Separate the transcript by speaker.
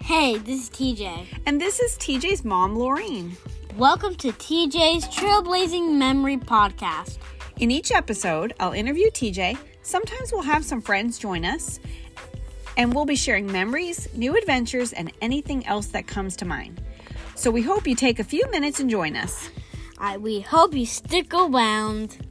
Speaker 1: Hey, this is TJ.
Speaker 2: And this is TJ's mom, Laureen.
Speaker 1: Welcome to TJ's Trailblazing Memory Podcast.
Speaker 2: In each episode, I'll interview TJ. Sometimes we'll have some friends join us, and we'll be sharing memories, new adventures, and anything else that comes to mind. So we hope you take a few minutes and join us.
Speaker 1: I, we hope you stick around.